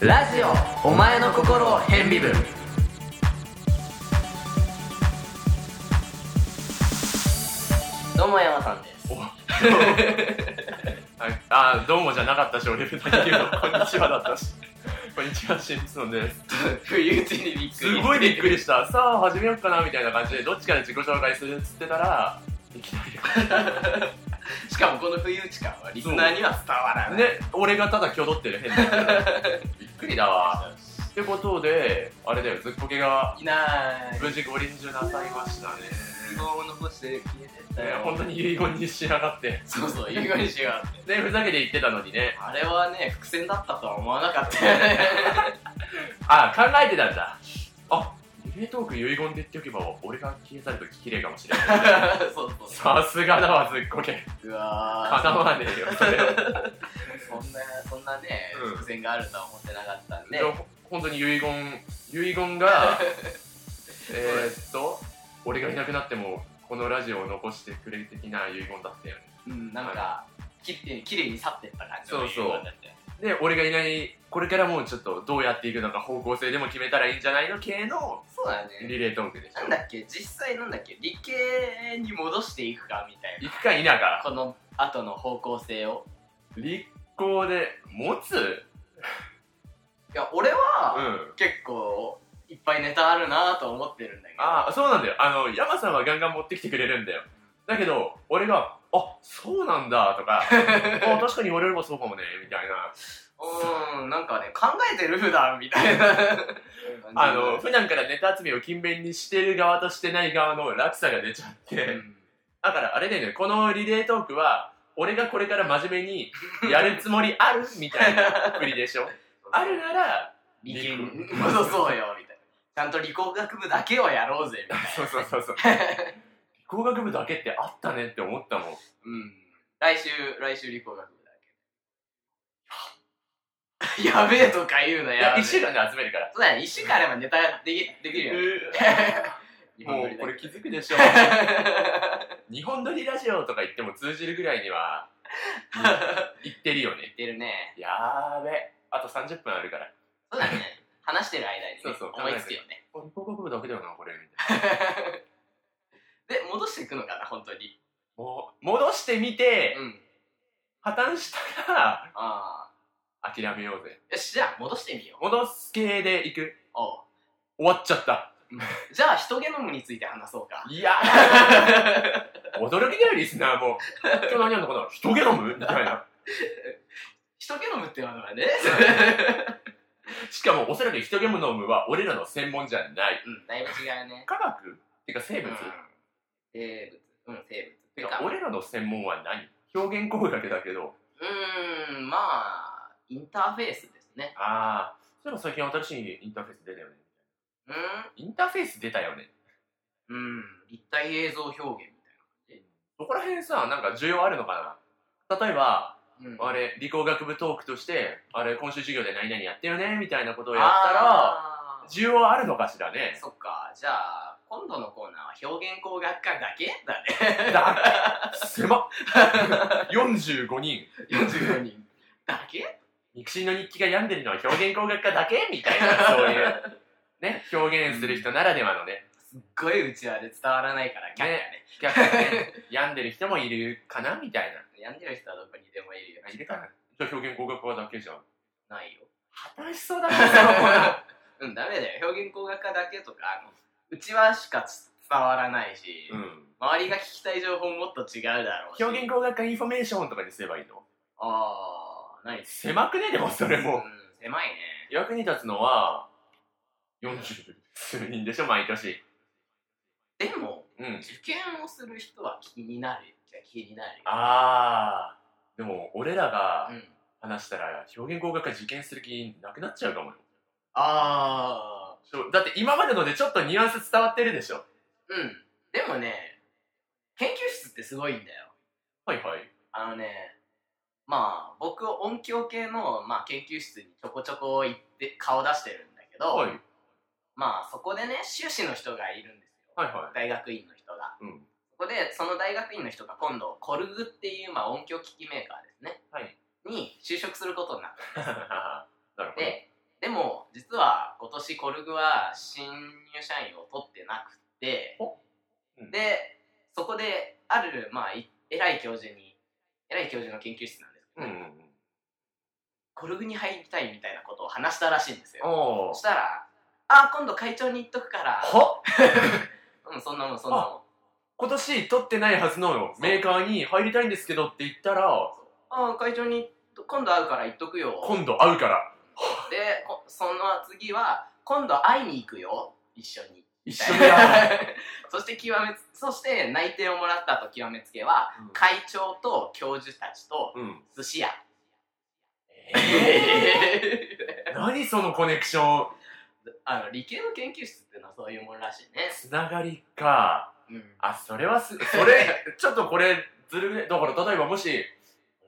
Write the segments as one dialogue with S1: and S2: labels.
S1: ラジオお前の心を変微分どうも山さんです
S2: はい、 あーどうもじゃなかったし、俺みたいに言うのこんにちはだったし。こんにちは、シンプソンです。
S1: 不意打ちにびっく
S2: す
S1: り
S2: ごいびっくりした。さあ、始めようかな、みたいな感じで、どっちから自己紹介するっつってたら、いきな
S1: しかもこの不意打ち感はリスナーには伝わら
S2: り。
S1: ない、
S2: ね、俺がただ気を取ってる、変な。びっくりだわ。ってことで、あれだよ、ずっこけが
S1: いない
S2: 無事五輪中なさいましたね。
S1: 希望を残して消えてった
S2: ね
S1: よ
S2: 本当に遺言にしやがって。
S1: そうそう遺言にしようって
S2: ね、ふざけて言ってたのにね。
S1: あれはね伏線だったとは思わなかったよね
S2: あ、考えてたんだ。あ、リレートーク遺言で言っておけば、俺が消え去るとき綺麗かもしれない。
S1: そうそうそ
S2: さすがだわ、ずっこけ。
S1: ううわ
S2: かなわねえよ、 それ。
S1: ーそんなそんなね
S2: うん
S1: 伏線があるとは思ってなかったんで、
S2: でもほ本当に遺言、遺言 が、えーっと、俺がいなくなっても、このラジオを残してくれる的な遺言だったよね。
S1: うん、なんか、きれいきれいに去ってった感じ
S2: そうそう
S1: 映画だったよね
S2: で、俺がいない、これからもうちょっとどうやっていくのか方向性でも決めたらいいんじゃないの系の
S1: そうだね
S2: リレートークでし
S1: な
S2: ょ
S1: んだ。っけ実際なんだっけ理系に戻していくかみたい
S2: 行くか否
S1: な
S2: か、
S1: この後の方向性を
S2: 立候で持つ
S1: いや俺
S2: う
S1: は、
S2: ん。
S1: 結構いっぱいネタあるなと思ってるんだけど
S2: ああ、そうなんだよ。あの、山さんはガンガン持ってきてくれるんだよ。だけど、俺が、あ、そうなんだ、と か、あ、確かに俺もそうかもね、みたいな。
S1: うーんなんかね考えてる普段みたいな
S2: あの、普段からネタ集めを勤勉にしてる側としてない側の落差が出ちゃって、
S1: うん
S2: だからあれだよね、このリレートークは、俺がこれから真面目にやるつもりあるみたいな振りで しょあるなら、
S1: 理系に戻そうよみたいなちゃんと理工学部だけをやろうぜみたいな
S2: そうそうそう そう。理工学部だけってあったねって思ったもん。
S1: うん来週来週理工学部だけ どやべえとか言うの
S2: い
S1: や
S2: や、
S1: べえ
S2: 一週間で集めるから。
S1: そうだね一週間あればネタできできるよね日本
S2: も
S1: 撮
S2: う
S1: り
S2: こ
S1: だ
S2: れ
S1: け
S2: 気づくでしょ日本撮りラジオとか言っても通じるぐらいには言ってるよね
S1: 出るね
S2: やーべあと30分あるから
S1: そうだね話してる間にね、
S2: そうそう
S1: 思いつくよね
S2: あ報告部だけだよなこれみたいな
S1: で戻していくのかな本当に
S2: もう戻してみて
S1: うん
S2: 破綻したら
S1: あ
S2: 諦めようぜ
S1: あよしじゃあ戻してみよう
S2: 戻す系でいく
S1: おう
S2: 終わっちゃった
S1: じゃあ人ゲノムについて話そうか
S2: いや驚きだよリスナーも今日何やるのかな人ゲノムみたいな
S1: 人ゲノムっていうのはね
S2: しかもおそらく人ゲノムは俺らの専門じゃない
S1: うんだいぶ違うね
S2: 科学っていうか生
S1: 生
S2: 物、
S1: 生物うん生
S2: て
S1: 物
S2: か俺らの専門は何表現工学だけど
S1: うーんまあインターフェースですね
S2: ああそういえば最近新しいインターフェース出たよね
S1: うん
S2: インターフェース出たよね
S1: うん立体映像表現み
S2: そこら辺さなんか需要あるのかな例えば
S1: たいな、うん、
S2: あれ理工学部トークとしてあれ今週授業で何々やってよねみたいなことを
S1: あ
S2: やったら
S1: あー
S2: 需要あるのかしらね
S1: そっかじゃあ今度のコーナーは表現工学科だけだね
S2: だ狭っ 45人
S1: 45人だけ
S2: 肉親の日記が病んでるのは表現工学科だけみたいなそういうね表現する人ならではのね
S1: すっごいうちわで伝わらないからキャッキャね
S2: 逆にね病んでる人もいるかなみたいな
S1: やんでる人はどこにでもいるよ
S2: いるかなじゃあ表現工学科だけじゃん。
S1: ないよ
S2: 果たしそうだな、
S1: うん、ダメだよ。表現工学科だけとか、あの、うちはしか伝わらないし、
S2: うん。
S1: 周りが聞きたい情報もっと違うだろう し。
S2: 表現工学科インフォメーションとかにすればいいの
S1: あー、ない
S2: 狭
S1: 狭
S2: くねでもそれ
S1: うん
S2: も。、
S1: 狭いね。
S2: 役に立つのは、40数人でしょ、毎年。
S1: でも、
S2: うん。
S1: 受験をする人は気になる。じゃあ気になるよ。
S2: あー。でも、俺らが
S1: うん。
S2: 話したら、表現工学科受験する気なくなっちゃうかもよ。
S1: あ
S2: そうだって今までのでちょっとニュアンス伝わってるでしょ。
S1: ー。うん。でもね、研究室ってすごいんだよ。
S2: はいはい。
S1: あのねまあ僕音響系の、まあ、研究室にちょこちょこ行って顔出してるんだけど、
S2: はい。
S1: まあそこでね修士の人がいるんですよ、
S2: はいは
S1: 大学院の人が
S2: い。うん。
S1: そこでその大学院の人が今度コルグっていう、まあ、音響機器メーカーですね、
S2: はい
S1: に就職することになっ
S2: なるほど。
S1: てでも実は今年コルグは新入社員を取ってなくて
S2: お、うん
S1: でそこである、まあ、い偉い教授に偉い教授の研究室なんですけ
S2: うん
S1: ど、
S2: うんうん。
S1: コルグに入りたいみたいなことを話したらしいんですよ
S2: お
S1: そしたら「あ今度会長に言っとくから」
S2: は
S1: うんそんなもんそんなもん
S2: 今年取ってないはずの
S1: そう
S2: メーカーに入りたいんですけどって言ったら、
S1: ああ会長に今度会うから言っとくよ
S2: 今度会うから、
S1: でこその次は今度会いに行くよ一緒に
S2: 一緒に会う。
S1: そして極めつそして内定をもらったと極めつけは
S2: うん
S1: 会長と教授たち と
S2: うん。
S1: 寿 司屋
S2: えー、何そのコネクション。
S1: あの理系の研究室っていうのはそういうものらしいね、
S2: つながりか。
S1: うん、
S2: あ、それは す、それ、ちょっとこれ、ずるくね。だから、例えばもし、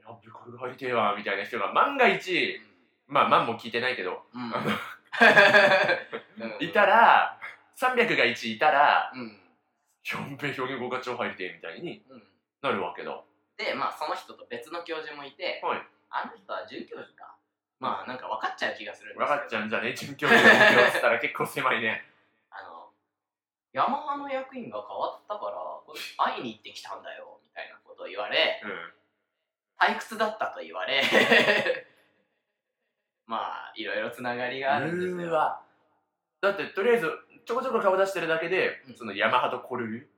S2: やっべ、これ入りてえわ、みたいな人が、万が一、まあ、万も聞いてないけど、
S1: うん
S2: あの
S1: うん
S2: いたら、300が1いたら、
S1: うん
S2: やっべ、表現語が超入りてえ、みたいに
S1: うん
S2: なるわけだ。
S1: でまあその人と別の教授もいて、
S2: はい
S1: あの人は准教授かまあなんか分かっちゃう気がするんですけ
S2: 分
S1: ど
S2: かっちゃうんじゃね準教授の目標っつったら結構狭いね。
S1: あの、ヤマハの役員が変わったから、これ会いに行ってきたんだよ、みたいなことを言われ、
S2: うん。
S1: 退屈だったと言われ、 まあ、いろいろつながりがあるんです
S2: うー
S1: よ。
S2: わだってとりあえずちょこちょこ顔出してるだけで、
S1: うん
S2: そのヤマハとコルル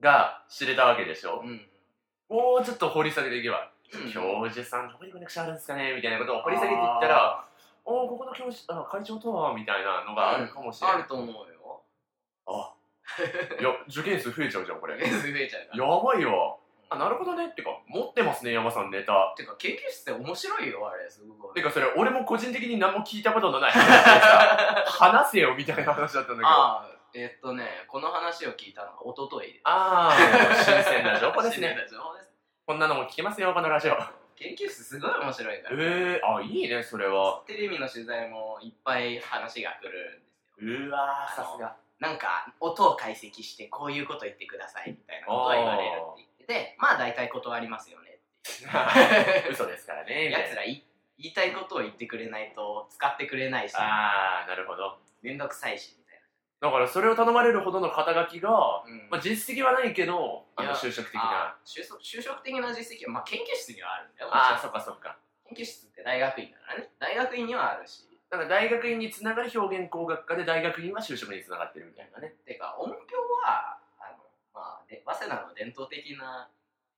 S2: が知れたわけでしょ、
S1: うん。
S2: もうちょっと掘り下げていけば、教授さんどこにコネクションあるんですかねみたいなことを掘り下げていったら
S1: あ
S2: おおここの教授あの会長とはみたいなのがあるかもしれ
S1: ー、
S2: ない、
S1: あると思うよ。
S2: あいや受験数増えちゃうじゃんこれや
S1: 増えちゃうから。
S2: ばいわあな
S1: る
S2: るほどねってか持ってますねヤマさんネタ
S1: てか、研究室って面白いよ、あれ、すごく。
S2: てかそれ俺も個人的に何も聞いたことのない話で さ話せよみたいな話だったんだけど
S1: ああ、えっとね、この話を聞いたのが一昨日で。
S2: あー新鮮な情報ですね
S1: 新鮮な情報です
S2: こんなのも聞けますよ、このラジオ。
S1: 研究室すごい面白いから。
S2: えー、あ、いいね、それは。
S1: テレビの取材もいっぱい話が来るんですよ
S2: うわ
S1: さすが。なんか音を解析してこういうこと言ってくださいみたいなことを言われるって言っててまあ大体断りますよね
S2: 嘘ですからね、みた
S1: やつ
S2: いな。
S1: らい言いたいことを言ってくれないと使ってくれないし
S2: あー、なるほど。
S1: めんどくさいしみたい
S2: だから、それを頼まれるほどの肩書きが、
S1: な、うん
S2: まあ、実績はないけど、あ
S1: い
S2: の
S1: や
S2: 就職的な。
S1: あ就職就職的な実績は、まあ、研究室にはあるんだよ
S2: あ
S1: も
S2: ー、
S1: ち
S2: そ
S1: ろ
S2: っかそっか。
S1: ん研究室って大学院だからね大学院にはあるし
S2: だから、大学院につながる表現工学科で、大学院は就職につながってるみたいなね。
S1: てか音響はあの、まあ、で早稲田の伝統的な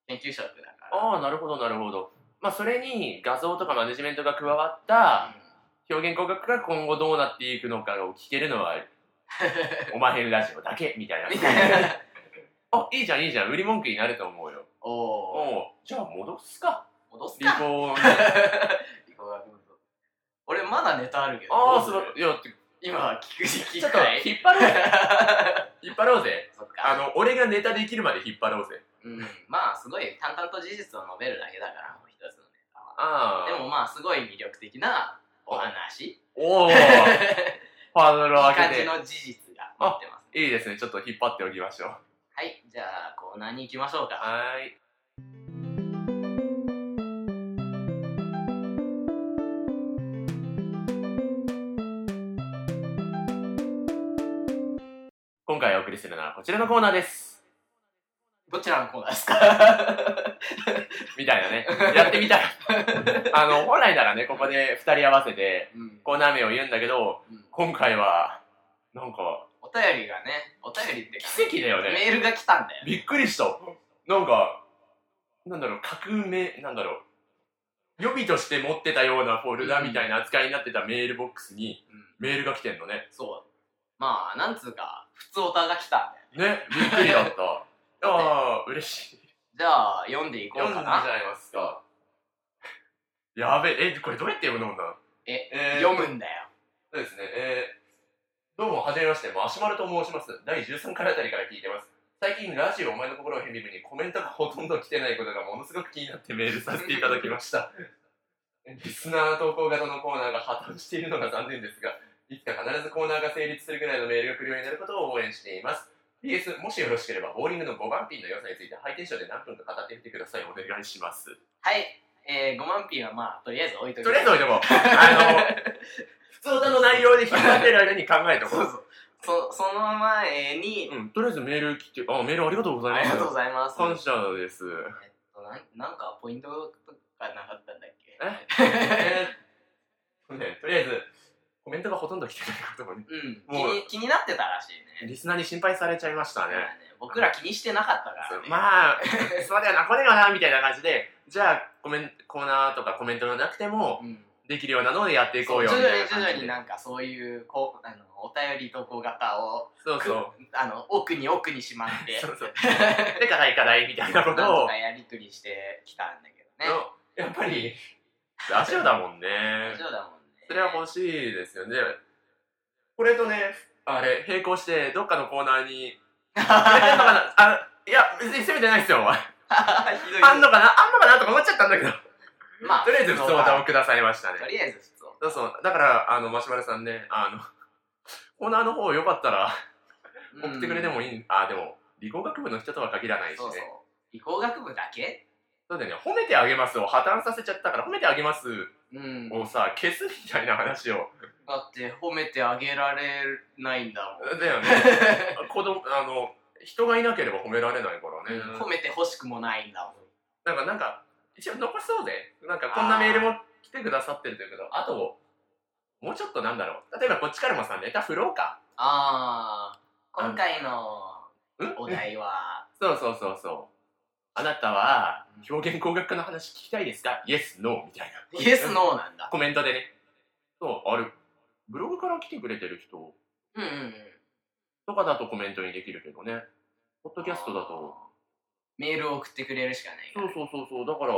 S1: 研究職だから
S2: あー、なるほど、なるほど。まあ、それに画像とかマネジメントが加わった
S1: うん
S2: 表現工学科が今後どうなっていくのかを聞けるの は、おまへんラジオだけみたいな。
S1: みたいな。
S2: あ、いいじゃん、いいじゃん。売り文句になると思うよ。
S1: お
S2: お
S1: お。
S2: うじゃあ戻すか。
S1: 戻す
S2: 離
S1: か。
S2: 婚。
S1: 理工学部俺まだネタあるけど。
S2: あ
S1: ど
S2: あ、
S1: うす
S2: そ
S1: る
S2: う。いや、ち
S1: 今聞く聞
S2: ょ
S1: く
S2: っと
S1: かい。
S2: 引っ張ろう ぜ。引っ張ろうぜ。
S1: そっか。
S2: あの、俺がネタできるまで引っ張ろうぜ。
S1: うん。まあすごい淡々と事実を述べるだけだからもう一つのネタは。
S2: ああ。
S1: でもまあすごい魅力的なお話。
S2: おお。
S1: い
S2: ハ
S1: い
S2: ードルを上
S1: 感
S2: げ
S1: じ
S2: て。
S1: の事実が待ってます。
S2: いいですね。ちょっと引っ張っておきましょう。
S1: はい。じゃあコーナーに行きましょうか。
S2: はーい。今回お送りするのはこちらのコーナーです。
S1: どちらのコーナーですか。
S2: みたいなね。やってみ たい。あの、本来ならね、ここで二人合わせて、
S1: うん
S2: コーナー名を言うんだけど、
S1: うん
S2: 今回は、なんか、
S1: お便りがね、お便りってか
S2: 奇跡だよね。
S1: メールが来たんだよ。
S2: びっくりした。なんか、なんだろう、革命、なんだろう、予備として持ってたようなフォルダみたいな扱いになってたメールボックスに
S1: うん。
S2: メールが来てんのね。
S1: そう。まあ、なんつうか、普通オタが来たんだよ。
S2: ね、びっくりだ った。ああ、嬉しい。
S1: じゃあ、読んでいこう
S2: 読んだ
S1: か
S2: じゃ
S1: な。
S2: ないますか。やべえ、え、これどうやって読むのな
S1: え、
S2: えー
S1: 読むんだよ。
S2: そうですね、えー、どうも、はじめまして、マシュマロと申します。第13回あたりから聞いてます。最近ラジオお前の心をヘミブにコメントがほとんど来てないことがものすごく気になってメールさせていただきましたリスナー投稿型のコーナーが破綻しているのが残念ですがいつか必ずコーナーが成立するぐらいのメールが来るようになることを応援しています PS もしよろしければボーリングの5番ピンの良さについてハイテンションで何分か語ってみてくださいお願いします
S1: はい、えー、5万ピンはまあ、とりあえず置いとき
S2: とりあえず置いとこうあの普通歌の内容で引っ張ってる間に考えとこ
S1: そううそう。そその前に、
S2: うん、とりあえずメール来て、あ、メールありがとうござい
S1: あ
S2: ます。
S1: りがとうございます。
S2: 感謝です。
S1: えっと、なんなんかポイントとかなかったんだっけ
S2: えーね、とりあえず、コメントがほとんど来てないこともね、
S1: うん気
S2: もう
S1: に気になってたらしいね
S2: リスナーに心配されちゃいましたね。
S1: 僕ら気にしてなかったからねあ
S2: まあ、そうだよな、これよな、みたいな感じで、じゃあ、コメンコーナーとかコメントがなくても、
S1: うん
S2: できるようなのでやってい
S1: そ
S2: こう
S1: う
S2: よ、
S1: 徐
S2: み
S1: 々
S2: たいな
S1: に徐
S2: 感
S1: 々
S2: じ
S1: に
S2: で。
S1: なんかそういうこうあのお便り投稿型を
S2: そうそう。
S1: あの奥に奥にしまって
S2: そうそう。で、課題課題みたいなこと
S1: なん
S2: を
S1: とか、やりくりしてきたんだけどね
S2: のやっぱり、ラジオだもんね。
S1: 大丈夫だもんね
S2: それは欲しいですよね。これとね、あれ、並行して、どっかのコーナー に、くれてんのかなあ、いや、別に責めてないですよ、お 前。
S1: ひどい
S2: あんのかなあんのかなとか思っちゃったん だけど。
S1: まあ
S2: とりあえず、普通歌をくださいましたね
S1: と。りあえず普通
S2: そうそう。だから、あの、マシュマロさんね、あの、コーナーの方よかったら、
S1: うん
S2: 送ってくれてもいい、あ、でも、理工学部の人とは限らないしね。
S1: そ
S2: そう
S1: うそう理工学部だけ
S2: だよね、褒めてあげますを破綻させちゃったから、褒めてあげます
S1: うん
S2: をさ、消すみたいな話を。
S1: だって褒めてあげられないんだもん
S2: だよね。子供あの人がいなければ褒められないからね、
S1: 褒めてほしくもないんだもん
S2: なんかなんか一応残そうぜなんかこんなメールも来てくださってるというけどあともうちょっとなんだろう例えばこっちからもさネタ振ろうか
S1: ああ今回の
S2: うん
S1: お題は
S2: そうそうそうそうあなたは表現工学科の話聞きたいですか ?Yes, No みたいな
S1: イエスノーなんだ
S2: コメントでねそうあれブログから来てくれてる人
S1: うんうんうん
S2: とかだとコメントにできるけどねポッドキャストだと
S1: メールを送ってくれるしかないか
S2: そう
S1: ら
S2: そうそうそうだから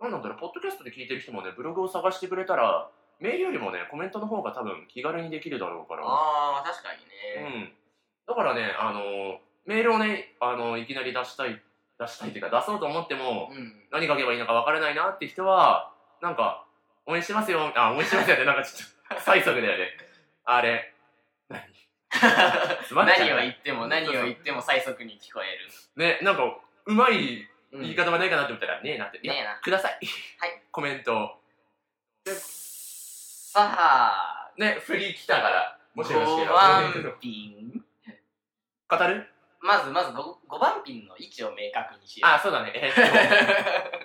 S2: なんなんだろうポッドキャストで聞いてる人もねブログを探してくれたらメールよりもねコメントの方が多分気軽にできるだろうから
S1: ああ確かに
S2: う
S1: ね
S2: んだからねあのメールをねあのいきなり出したい出したいっていうか出そうと思っても
S1: うん
S2: 何書けばいいのか分からないなって人はなんか応援してますよあ応援してますよってなんかちょっと催促だよねあれ何つまんない
S1: 何を言っても何を言っても最速に聞こえる
S2: ねなんかうまい
S1: うん
S2: 言い方がないかなって思ったら、ねえなって、いや
S1: ねえな
S2: ください、
S1: はい、
S2: コメントを
S1: さあ
S2: ね、振り来たから、もしよろしけ
S1: 5
S2: れば。
S1: 番ピン
S2: 語る
S1: まずまず 5, 五番ピンの位置を明確にしよう
S2: あ、そうだね。 えーっと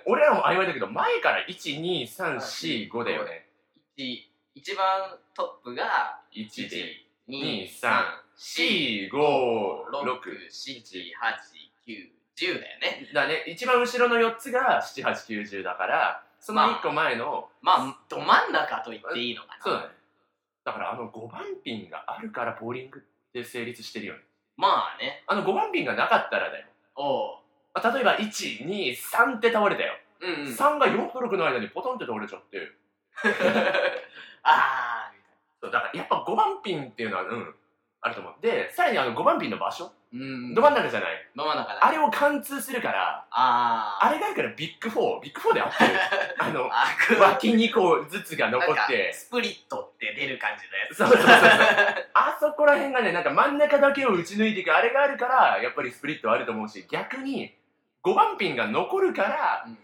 S2: 俺らも曖昧だけど、前から1、2、3、4、5だよね。
S1: 一一番トップが
S2: 1で、2、3、
S1: 12345678910
S2: 4、5、
S1: だよね
S2: 6。だね。一番後ろの4つが7、8、9、10だから、その1個前の、
S1: まあど真ん中と言っていいのかな
S2: そうだね。だからあの5番ピンがあるから、ボーリングって成立してるよね。
S1: まあね
S2: あの5番ピンがなかったらだよ。
S1: おう
S2: あ例えば、1、2、3って倒れたよ。
S1: うんうん
S2: 3が4と6の間にポトンって倒れちゃって。
S1: ああ
S2: そうだからやっぱ5番ピンっていうのはうんあると思うでさらにあの5番ピンの場所、
S1: うん
S2: ど真ん中じゃない
S1: ど真ん中だ
S2: あれを貫通するから
S1: あ
S2: あ
S1: れ
S2: れがあるからビッグ4ビッグ4で合ってる あの
S1: あくわ
S2: 脇2個ずつが残
S1: なん
S2: っ
S1: か
S2: て
S1: スプリットって出る感じのやつ
S2: そうそう そうそうあそこら辺がねなんか真ん中だけを打ち抜いていくあれがあるからやっぱりスプリットはあると思うし逆に5番ピンが残るから
S1: うん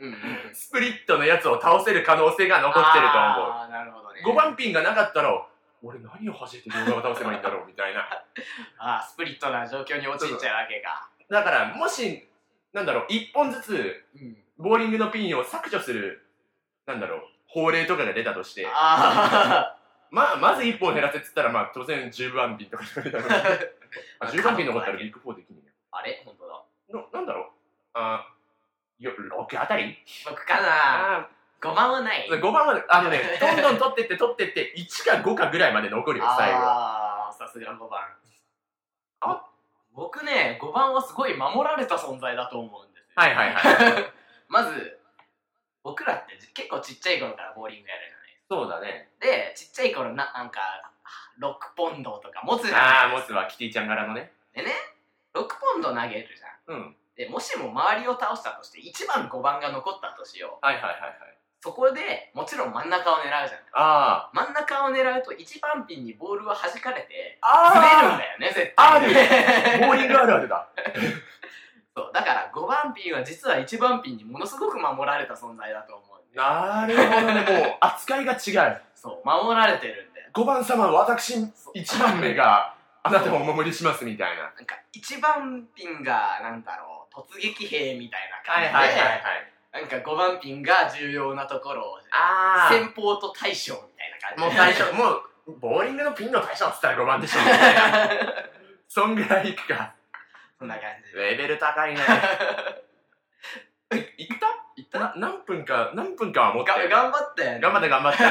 S1: うんうん
S2: スプリットのやつを倒せる可能性が残ってると思う
S1: ああなるほどね
S2: 5番ピンがなかったら俺何を弾いて動画を倒せばいいんだろうみたいな
S1: ああスプリットな状況に陥っちゃうわけか
S2: だからもしなんだろう1本ずつ
S1: うん
S2: ボーリングのピンを削除するなんだろう法令とかが出たとして
S1: あ
S2: まあまず1本減らせっつったらまあ当然10番ピンとかになるだろう
S1: あ
S2: あ10番ピン残ったらビッグ4できね
S1: あれ本当だ
S2: えよのなんだろうあよ6あたり
S1: 僕かな
S2: あ
S1: 5番はない
S2: 5番まであのねどんどん取ってって取ってって1か5かぐらいまで残るよ最後
S1: ああーさすが5番
S2: あ
S1: 僕ね5番はすごい守られた存在だと思うんですよ
S2: はいはいはい
S1: まず僕らって結構ちっちゃい頃からボーリングやるじゃな
S2: そ
S1: い
S2: うだね
S1: ですかでちっちゃい頃ななんか6ポンドとか持つじゃ
S2: あ
S1: な
S2: あ
S1: い
S2: モスはキティちゃん柄のね
S1: でね6ポンド投げるじゃん
S2: うん。
S1: でもしも周りを倒したとして1番5番が残ったとしよう
S2: はいはいはいはい。
S1: そこでもちろん真ん中を狙うじゃん
S2: あ
S1: 真ん中を狙うと1番ピンにボールは弾かれて
S2: あ。あ
S1: ずれるん
S2: だ。
S1: だよね絶対ね
S2: ボーリングあるあるだ。
S1: そうだから5番ピンは実は1番ピンにものすごく守られた存在だと思うんだ
S2: な
S1: よ
S2: るほどね。もう、扱いが違う。
S1: そう守られてるんだよ
S2: 5番様、私、1番目が、あなたをお守りしますみたいな。
S1: なんか1番ピンがなんだろう突撃兵みたいな感じで、
S2: い。
S1: なんか5番ピンが重要なところを
S2: あ
S1: 先方と大将みたいな感じ
S2: もう
S1: で
S2: 対象、もう、ボーリングのピンの対象っつったら5番でしょ。 そんぐらいいくか。
S1: そんな感 じで
S2: レベル高いね。いったいったな何分か、何分かは持って
S1: が頑張ったよね
S2: 頑張った頑張った。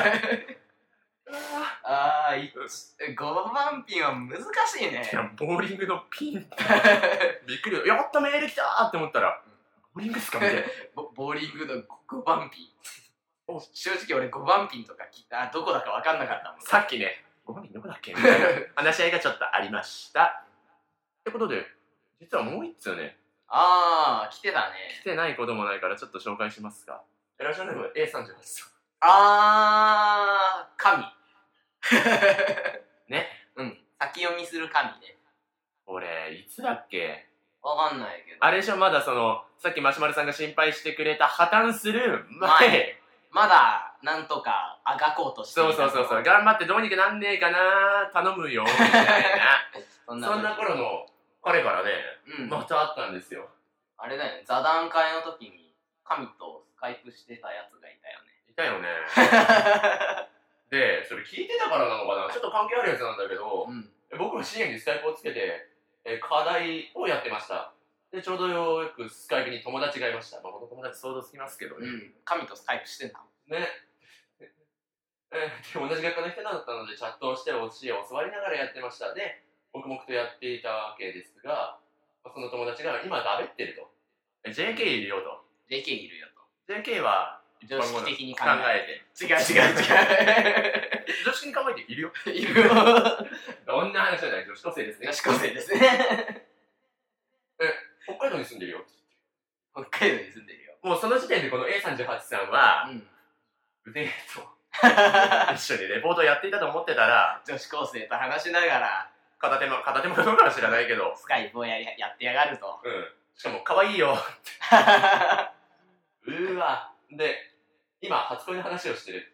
S1: ああ5番ピンは難しいね
S2: いや、ボーリングのピン って。びっくり。やったメール来たーって思ったら、ボーリングっすかみたいな。
S1: ボボーリングの5番ピン
S2: お
S1: 正直俺5番ピンとか聞いたあどこだか分かんなかったも ん
S2: さっきね、ご飯どこだっ けみたいな話し合いがちょっとありました。ってことで、実はもう一通ね、
S1: ああ来てた
S2: 来
S1: ね
S2: てないこともないからちょっと紹介しますが。いらっしゃいませ、A38 さん。
S1: ああ 神
S2: ね
S1: うん先読みする神ね
S2: 俺、いつだっけ
S1: 分かんないけど
S2: あれでしょ、まだその、さっきマシュマロさんが心配してくれた破綻する前
S1: 前。まだなんとかあがこうとしてい
S2: そ
S1: た
S2: うそうそうそう、頑張ってどうにかなんねえかな頼むよ、みたい
S1: そん
S2: な。
S1: な
S2: そんな頃の彼からね、
S1: うん、
S2: また会ったんですよ。
S1: あれだよね座談会の時に神とスカイプしてたやつがいたよね
S2: いたよね。 で、それ聞いてたからなのかなちょっと関係あるやつなんだけど、
S1: うん
S2: 僕も深夜にスカイプをつけて、えー課題をやってました。で、ちょうどよくスカイプに友達がいました。まあ、この友達想像つきますけど
S1: う
S2: ね。
S1: ん神とスカイプしてた
S2: ね。えーで、同じ学科の人だったので、チャットをして教えを教わりながらやってました。で、黙々とやっていたわけですが、その友達が今だべってると。え JK いるよと。
S1: JK いるよ
S2: JK は、
S1: と常識的に考
S2: 考
S1: え
S2: え
S1: て違う違
S2: て。常識に考えているよ。
S1: う違ういるよ
S2: どんな話じゃない女子高生ですね
S1: 女。子高生ですね
S2: 北海道に住んでるよ。
S1: 北海道に住んでるよ
S2: もうその時点でこの A38 さんは、
S1: うん
S2: 腕と 一緒にレポートをやっていたと思ってたら、
S1: 女子高生と話しながら
S2: 片手間、片手間かどうかは知らないけど、
S1: スカイプをやりやってやがると
S2: うん。しかも、可愛いよ。うーわ。で、今、初恋の話をしてる。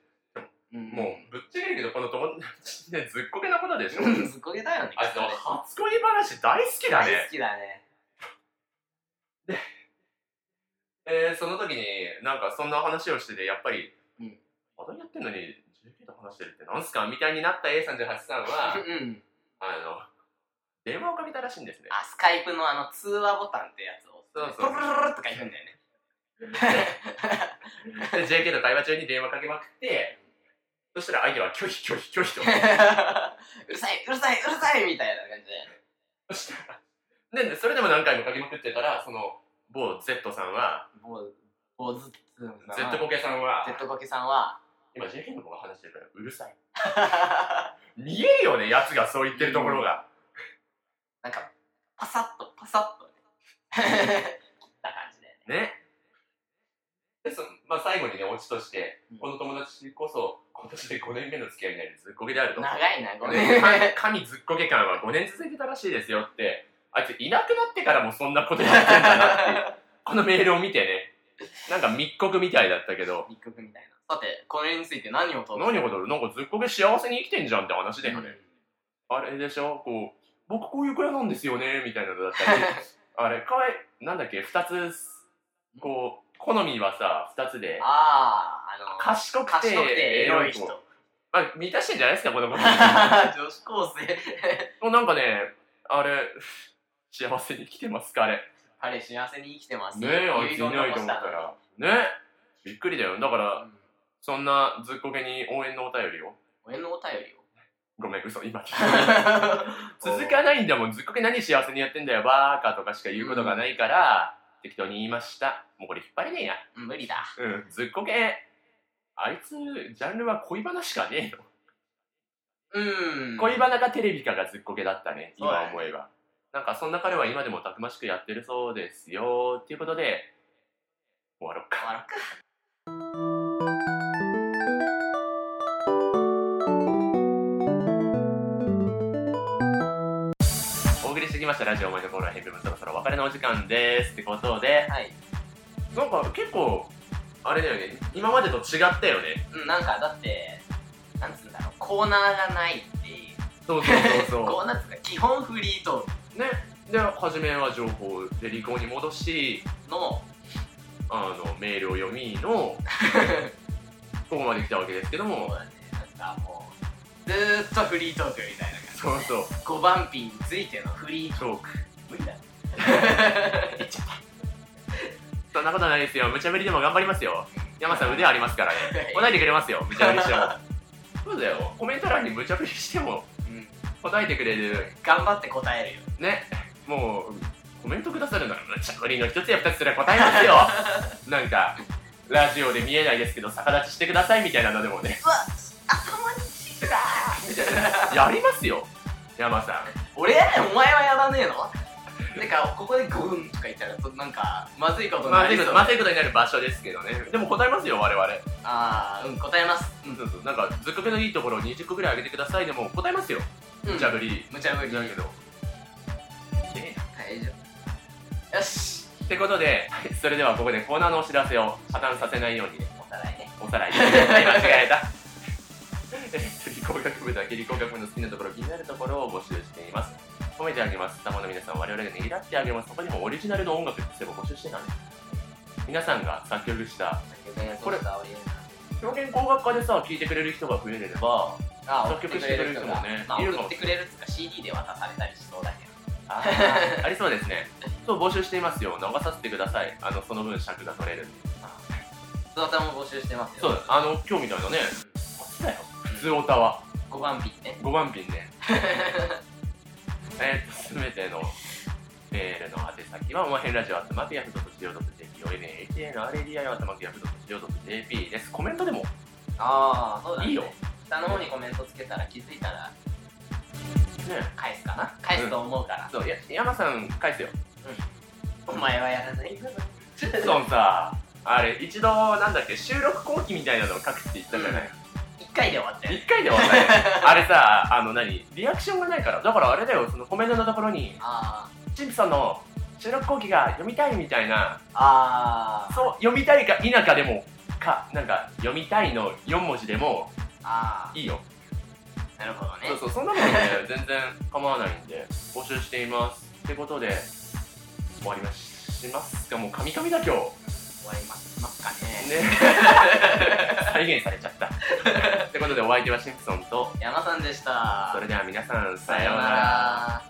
S1: うん
S2: もう、ぶっちゃけるけど、この友 達ね、ずっこけなことでしょ。
S1: うんずっこけだよね
S2: あいつ、俺初恋話大好きだ
S1: 大好
S2: ね。
S1: きだね
S2: えー、その時に、なんかそんな話をしてて、やっぱり、
S1: うん
S2: まだやってんのに、19と話してるってなんすかみたいになった A38 さんは、
S1: うん
S2: あの、電話をかけたらしいんですね。
S1: あスカイプのあの通話ボタンってやつを
S2: そう
S1: プ
S2: そう
S1: ルプルプルとか言うんだよね
S2: で、JK と会話中に電話かけまくって、そしたら相手は拒否、拒否、拒 否と。
S1: うるさいうるさいうるさいみたいな感じで
S2: そしたら、で、それでも何回もかけまくってたら、その、某 Z さんは、
S1: もうもうずっと
S2: Z コケさんは、
S1: Z コケさんは
S2: 今 JK の子が話してるからうるさい。 見えるよね、奴がそう言ってるところが。
S1: なんかパサッとパサッとね切った感じで
S2: ね。で、そまあ、最後にね、オチとして、
S1: うん
S2: この友達こそ、今年で5年目の付き合いになるずっこけであると。
S1: 長いなごめん
S2: ね 神ずっこけ感は5年続いてたらしいですよってあいついなくなってからもそんなことやってんだなっ ていうこのメールを見てねなんか密告みたいだったけど
S1: 一曲みたいなさてこれについて何をと
S2: 何事なんかずっこけ幸せに生きてんじゃんって話だよね、あれでしょこう僕こういう子屋なんですよねみたいなのだった りあれかわいなんだっけ2つこう好みはさ2つで
S1: あああの
S2: 賢くて
S1: 賢くてエロい人
S2: 子まあ満たしてんじゃないですかこ の子
S1: 女子高生
S2: もうなんかねあれ幸せに生きてますかあれ
S1: 彼幸せに生きてます
S2: ねえあいついないと思ったらねびっくりだよだから
S1: うん
S2: そんなずっこけに応援のお便りを
S1: 俺のお便りを
S2: ごめん嘘今聞 いた 続かないんだもんずっこけ何幸せにやってんだよバーカとかしか言うことがないから、適当に言いましたもうこれ引っ張れねえや
S1: 無理だ
S2: うんずっこけあいつジャンルは恋バナしかねえよ、
S1: うん
S2: 恋バナかテレビかがずっこけだったね
S1: そうだね
S2: 今思えば、なんかそんな彼は今でもたくましくやってるそうですよっていうことで終わろうか
S1: 終わろうか
S2: お送りしてきましたラジオ思い出コーラ編部分そろそろお別れのお時間ですってことで
S1: はい、
S2: なんか結構あれだよね今までと違ったよね
S1: うん、なんかだってなんつうんだろうコーナーがないっていう
S2: そうそう そう
S1: コーナーっつうか基本フリートー
S2: うねで初めは情報で離婚に戻し
S1: クの
S2: あのメールを読み のここまで来たわけですけど
S1: そう
S2: も
S1: だねなんかもうずーっとフリートークみたいな
S2: そうそう
S1: 5番ピンについてのフリートー
S2: そう
S1: ク無理だ
S2: そんなことないですよ。無茶ぶりでも頑張りますよ。山さん腕ありますからね。答えてくれますよ。無茶ぶりしても。 そうだよ。コメント欄に無茶ぶりしても
S1: うん
S2: 答えてくれる。
S1: 頑張って答えるよ
S2: ね。もう、コメントくださるなら無茶ぶりの一つや二つすら答えますよ。 なんか、ラジオで見えないですけど逆立ちしてくださいみたいなのでも ね。
S1: うわ頭にチーだーみたいな
S2: やりますよ。山さ
S1: 俺やれお前はやらねえのなんかここでゴンとか言ったらとなんかまずいこと
S2: ん。
S1: に
S2: ま
S1: な
S2: ずい
S1: り
S2: こ
S1: そう
S2: とまずいことになる場所ですけどね。でも答えますよ、我々。
S1: ああうん答えますうん
S2: そうそう。なんか、ずっこけのいいところを20個ぐらい上げてくださいでも答えますよ。
S1: うん
S2: 無茶ぶり。
S1: 無茶ぶり
S2: だけど。
S1: はい以上よし
S2: ってことで、はいそれではここでコーナーのお知らせを破綻させないようにね、
S1: お互いね
S2: おさらいです。はい、間違えた。えっと、理工学部だけ理工学部の好きなところ、気になるところを募集しています。褒めてあげます。サモの皆さん、我々がねぎらってあげます。他にもオリジナルの音楽っていうのを募集してたんです。皆さんが作曲したこれ表現工学科でさ、聴いてくれる人が増えれば、
S1: ああ
S2: 作
S1: 送って
S2: 曲
S1: く
S2: して
S1: れ
S2: くれ
S1: る
S2: る
S1: 人
S2: 人
S1: が
S2: もね
S1: まあ
S2: いるか
S1: 送
S2: も
S1: ってくれるっつうか CD で渡されたりしそうだけど
S2: あーありそうですね。そう、募集していますよ。流させてください。あの、その分尺が取れるんで。
S1: そのたも募集してます
S2: そ
S1: よ
S2: う、あの、今日みたいなね、あったよ。普通オタは。
S1: 5番ピンね
S2: 5番ピンねえーっとすべてのメールの宛先はおまへんラジオあたまくやふと .co.jp ONATA のアレリアよあたまくやふと .co.jp ですコメントでも
S1: ああそうだ、ね、
S2: いいよ、ね、
S1: 下の方にコメントつけたら気づいたら返すかな返すと思うから、
S2: そうや山さん返すよ
S1: お前はやらないんだぞ
S2: チェッソンさあれ一度なんだっけ収録後期みたいなのを書くって言ったじゃない、
S1: 1回で終わったよね
S2: 一回で終わったよねあれさあの何リアクションがないからだからあれだよそのコメントのところに
S1: あ
S2: チンプさんの収録後期が読みたいみたいな
S1: ああ
S2: そう読みたいか否かでもかなんか読みたいの4文字でも
S1: ああ
S2: いいよ
S1: あなるほどね
S2: そうそうそんなもんね全然構わないんで募集していますってことで終わりまししますかもうカミカミだ今日
S1: 終わりますますか ね
S2: ね再現されちゃったってことでお相手はシンプソンと
S1: 山さんでした
S2: それでは皆さんさようなら
S1: ら